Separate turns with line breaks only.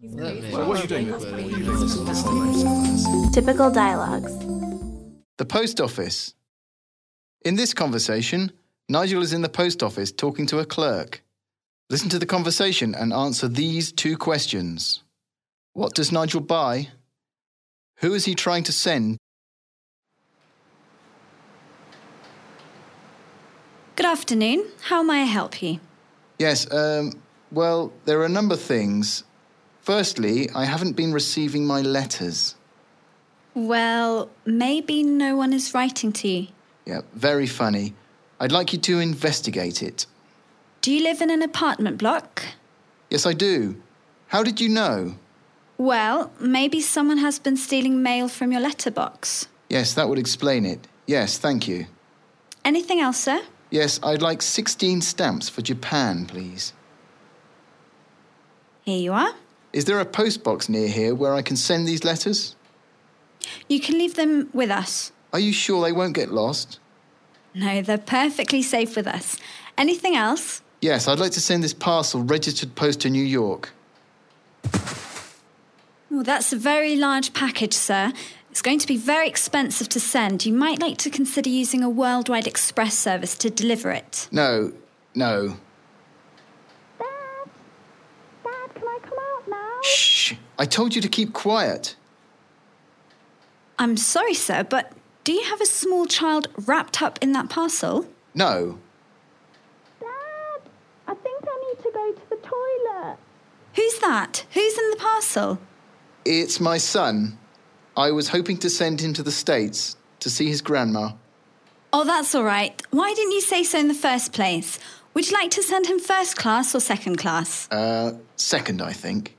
He's
That
crazy.
man- Well, what are you doing?
He's
Well,
crazy.
what are you doing?
Typical dialogues.
The post office. In this conversation, Nigel is in the post office talking to a clerk. Listen to the conversation and answer these two questions What does Nigel buy? Who is he trying to send?
Good afternoon. How may I help you?
Yes, um, well, there are a number of things. Firstly, I haven't been receiving my letters.
Well, maybe no one is writing to you.
Yeah, very funny. I'd like you to investigate it.
Do you live in an apartment block?
Yes, I do. How did you know?
Well, maybe someone has been stealing mail from your letterbox.
Yes, that would explain it. Yes, thank you.
Anything else, sir?
Yes, I'd like 16 stamps for Japan, please.
Here you are.
Is there a postbox near here where I can send these letters?
You can leave them with us.
Are you sure they won't get lost?
No, they're perfectly safe with us. Anything else?
Yes, I'd like to send this parcel registered post to New York.
Oh, that's a very large package, sir. It's going to be very expensive to send. You might like to consider using a worldwide express service to deliver it.
No, no.
Dad, Dad, can I come out now?
Shh! I told you to keep quiet.
I'm sorry, sir, but do you have a small child wrapped up in that parcel?
No.
Dad, I think I need to go to the toilet.
Who's that? Who's in the parcel?
It's my son. I was hoping to send him to the States to see his grandma.
Oh, that's all right. Why didn't you say so in the first place? Would you like to send him first class or second class?
Uh, second, I think.